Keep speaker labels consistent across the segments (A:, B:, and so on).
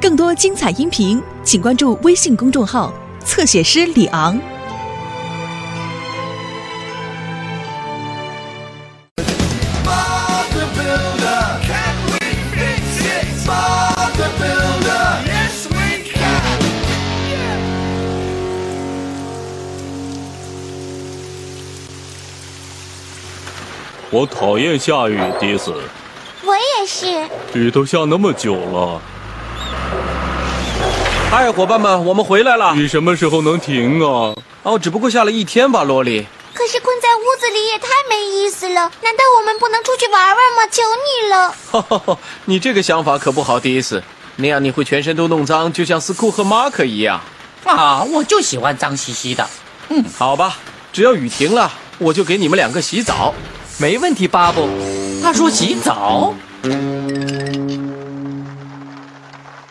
A: 更多精彩音频，请关注微信公众号“侧写师李昂”。
B: Bob the Builder. Can we fix it? Bob the Builder. Yes, we can.
C: 我讨厌下雨，迪斯，
D: 我也是，
C: 雨都下那么久了，
E: 嗨，伙伴们，我们回来了。
C: 雨什么时候能停啊？
E: 哦，只不过下了一天吧，罗 莉。
D: 可是困在屋子里也太没意思了。难道我们不能出去玩玩吗？求你了！
E: 哈哈哈，哦你这个想法可不好，迪斯。那样你会全身都弄脏，就像斯库和马可一样。
F: 啊，我就喜欢脏兮兮的。嗯
E: 好吧，只要雨停了，我就给你们两个洗澡。
F: 没问题，巴布。他说洗澡。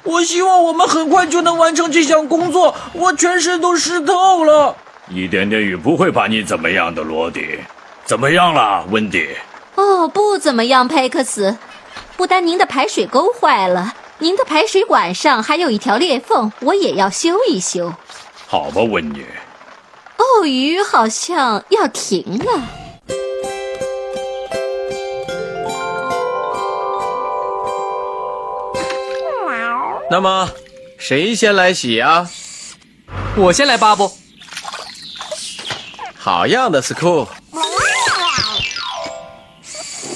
F: 我希望我们很快就能完成这项工作，我全身都湿透了。
G: 一点点雨不会把你怎么样的，罗迪。怎么样了，温迪？
H: 哦，不怎么样，佩克斯。不单您的排水沟坏了，您的排水管上还有一条裂缝，我也要修一修。
G: 好吧，温妮。
H: 哦，雨好像要停了。
E: 那么，谁先来洗啊？
F: 我先来，巴布。
E: 好样的，斯库。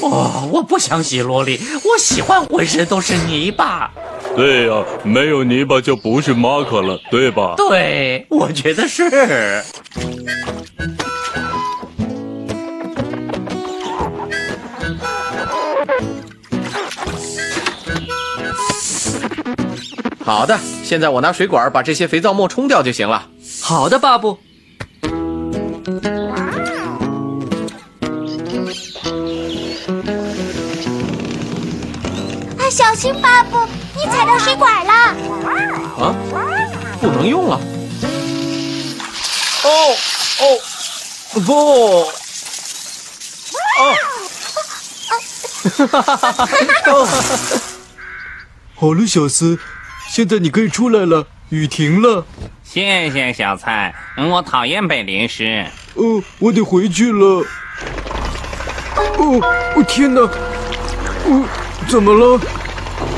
F: 哦，我不想洗萝莉，我喜欢浑身都是泥巴。
C: 对呀、没有泥巴就不是马可了，对吧？
F: 对，我觉得是。
E: 好的，现在我拿水管把这些肥皂沫冲掉就行了。
F: 好的，巴布。
D: 啊，小心巴布，你踩到水管了！
E: 啊，不能用了。哦哦，不。
I: 好了，哦小斯，现在你可以出来了，雨停了。
J: 谢谢小蔡，嗯我讨厌被淋湿。
I: 哦，我得回去了。哦，哦天哪！哦，怎么了？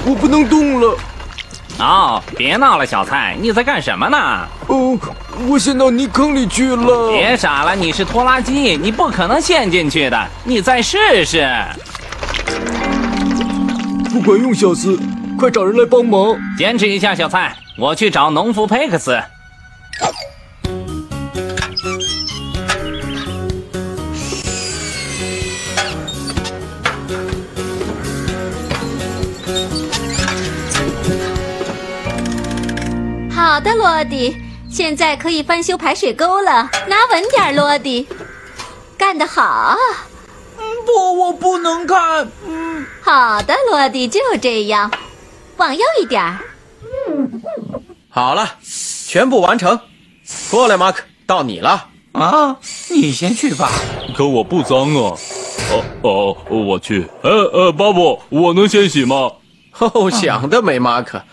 I: 我不能动了。
J: 哦，别闹了，小蔡，你在干什么呢？
I: 哦，我陷到泥坑里去了。
J: 别傻了，你是拖拉机，你不可能陷进去的。你再试试。
I: 不管用，小斯，快找人来帮忙。
J: 坚持一下，小蔡，我去找农夫佩克斯。
H: 好的，罗迪，现在可以翻修排水沟了，拿稳点儿，罗迪。干得好！
F: 不，我不能看。
H: 好的，罗迪，就这样。往右一点儿。
E: 好了，全部完成。过来，马克，到你了。
F: 啊，你先去吧。
C: 可我不脏啊。哦哦，我去。呃呃，巴布，我能先洗吗？
F: 嗯
E: 哦，想得美，马克，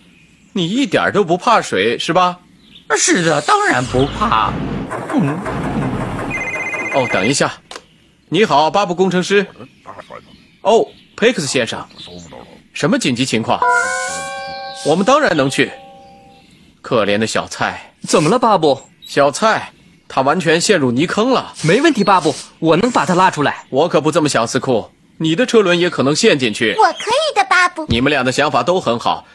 E: 你一点都不怕水是吧？嗯
F: 是的，当然不怕。
E: 哦，等一下，你好，巴布工程师。哦，佩克斯先生，什么紧急情况？我们当然能去。可怜的小蔡，
F: 怎么了，呃巴布？
E: 小蔡，他完全陷入泥坑了。
F: 没问题，巴布，我能把它拉出来。
E: 我可不这么想，斯库，你的车轮也可能陷进去。
D: 我可以的，巴布。
E: 你们俩的想法都很好，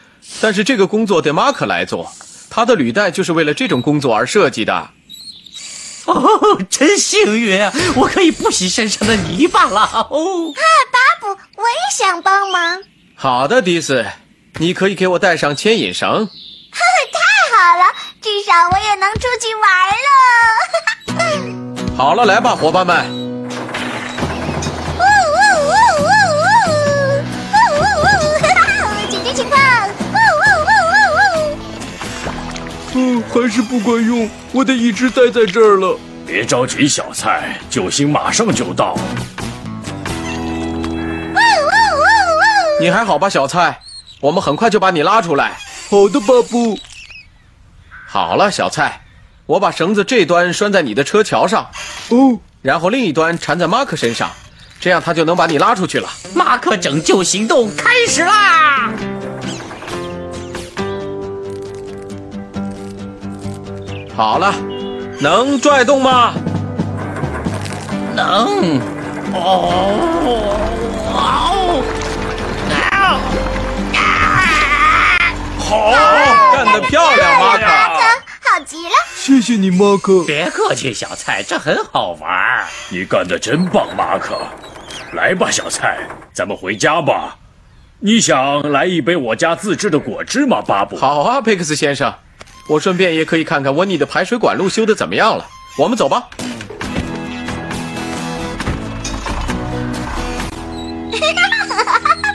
E: 但是这个工作得马可来做，他的履带就是为了这种工作而设计的。
F: 哦，真幸运，我可以不洗身上的泥巴了。哦，
D: 巴布，我也想帮忙。
E: 好的，迪斯，你可以给我带上牵引绳。
D: 太好了，至少我也能出去玩了。
E: 好了，来吧，伙伴们，
D: 呜呜呜呜呜呜呜呜！哈哈，紧急情况！呜呜呜呜呜！
I: 嗯，还是不管用，我得一直待在这儿了。
G: 别着急，小蔡，救星马上就到。
E: 你还好吧，小蔡？我们很快就把你拉出来。
I: 好的，巴布。
E: 好了，小蔡，我把绳子这端拴在你的车桥上，
I: 哦，
E: 然后另一端缠在马克身上，这样他就能把你拉出去了。
K: 马克拯救行动开始啦！
E: 好了，能拽动吗？
K: 能。哦，哦，啊！
E: 好，干得漂亮，马克！
D: 马克，好极了！
I: 谢谢你，马克。
K: 别客气，小蔡，这很好玩。
G: 你干得真棒，马克。来吧，小蔡，咱们回家吧。你想来一杯我家自制的果汁吗，巴布？
E: 好啊，佩克斯先生。我顺便也可以看看温妮的排水管路修的怎么样了。我们走吧。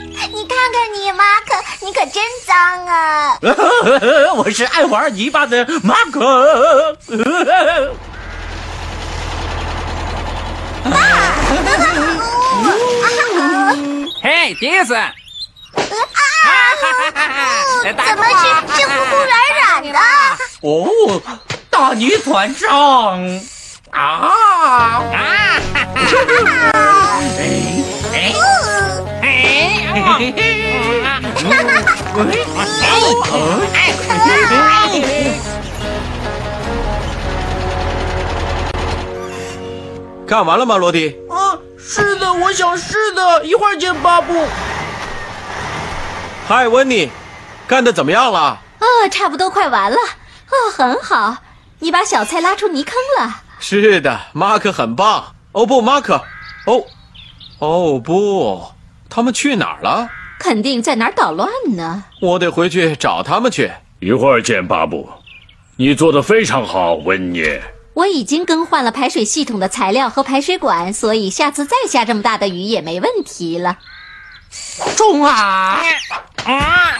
D: 你看看你，马克，你可真脏啊！
K: 我是爱玩泥巴的马可。
J: 嘿，迪斯，
K: 哎
D: 呃啊怎么是是呼呼软软的？
K: 哦，大泥团杖啊啊！ 哎
D: 嗯
K: 哎
E: 干完了吗，罗迪？
F: 啊，是的，我想是的。一会儿见，巴布。
E: 嗨，温妮，干得怎么样了？
H: 哦，差不多快完了。哦，很好，你把小菜拉出泥坑了。
E: 是的，马克很棒。哦不，马克，哦，哦不，他们去哪儿了？
H: 肯定在哪儿捣乱呢。
E: 我得回去找他们去。
G: 一会儿见，巴布。你做的非常好，温妮。
H: 我已经更换了排水系统的材料和排水管，所以下次再下这么大的雨也没问题了。
K: 冲啊！ 啊！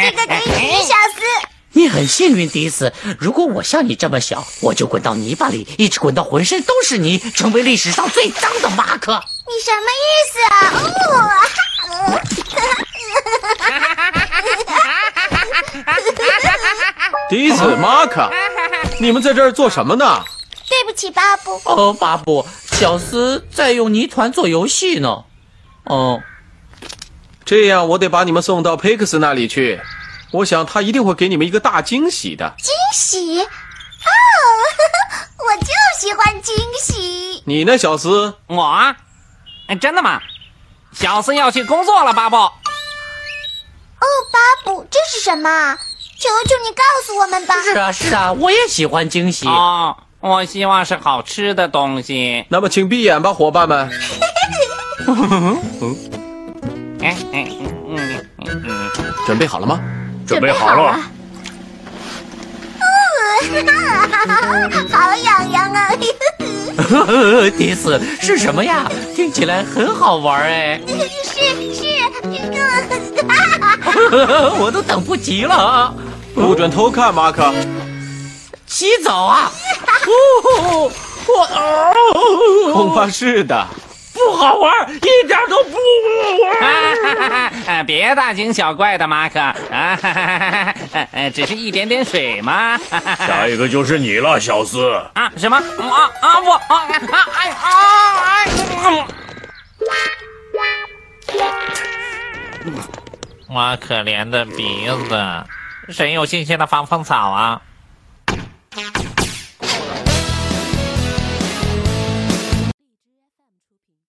D: 这个给你，小斯。
K: 你很幸运，迪斯。如果我像你这么小，我就滚到泥巴里，一直滚到浑身都是泥，成为历史上最脏的马克。
D: 你什么意思啊？哦，
E: 迪斯，马克，你们在这儿做什么呢？
D: 对不起，巴布。
K: 哦，巴布，小斯在用泥团做游戏呢。哦，
E: 这样我得把你们送到佩克斯那里去。我想他一定会给你们一个大惊喜的。
D: 惊喜！哦， 我就喜欢惊喜。
E: 你呢，小斯？
J: 我啊，哎真的吗？小斯要去工作了，巴布。
D: 哦，巴布，这是什么啊？求求你告诉我们吧。
K: 是啊，是啊，我也喜欢惊喜。
J: 哦，我希望是好吃的东西。
E: 那么请闭眼吧，伙伴们。
J: 哎哎嗯嗯嗯嗯，
E: 准备好了吗？
G: 准备好了。
D: 好痒痒啊！
K: 迪斯是什么呀？听起来很好玩哎，
D: 是嗯是， 这个啊，
K: 我都等不及了啊！
E: 不准偷看，马克。
K: 洗澡啊！哦，我哦，
E: 恐怕是的。
K: 不好玩，一点都不好玩。
J: 啊哈哈哈！啊别大惊小怪的，马可啊哈哈哈哈！呃，只是一点点水嘛。哈哈哈
G: 下一个就是你了，小斯。
J: 啊什么？啊啊我啊啊哎啊哎！嗯嗯我可怜的鼻子，谁有新鲜的防风草啊？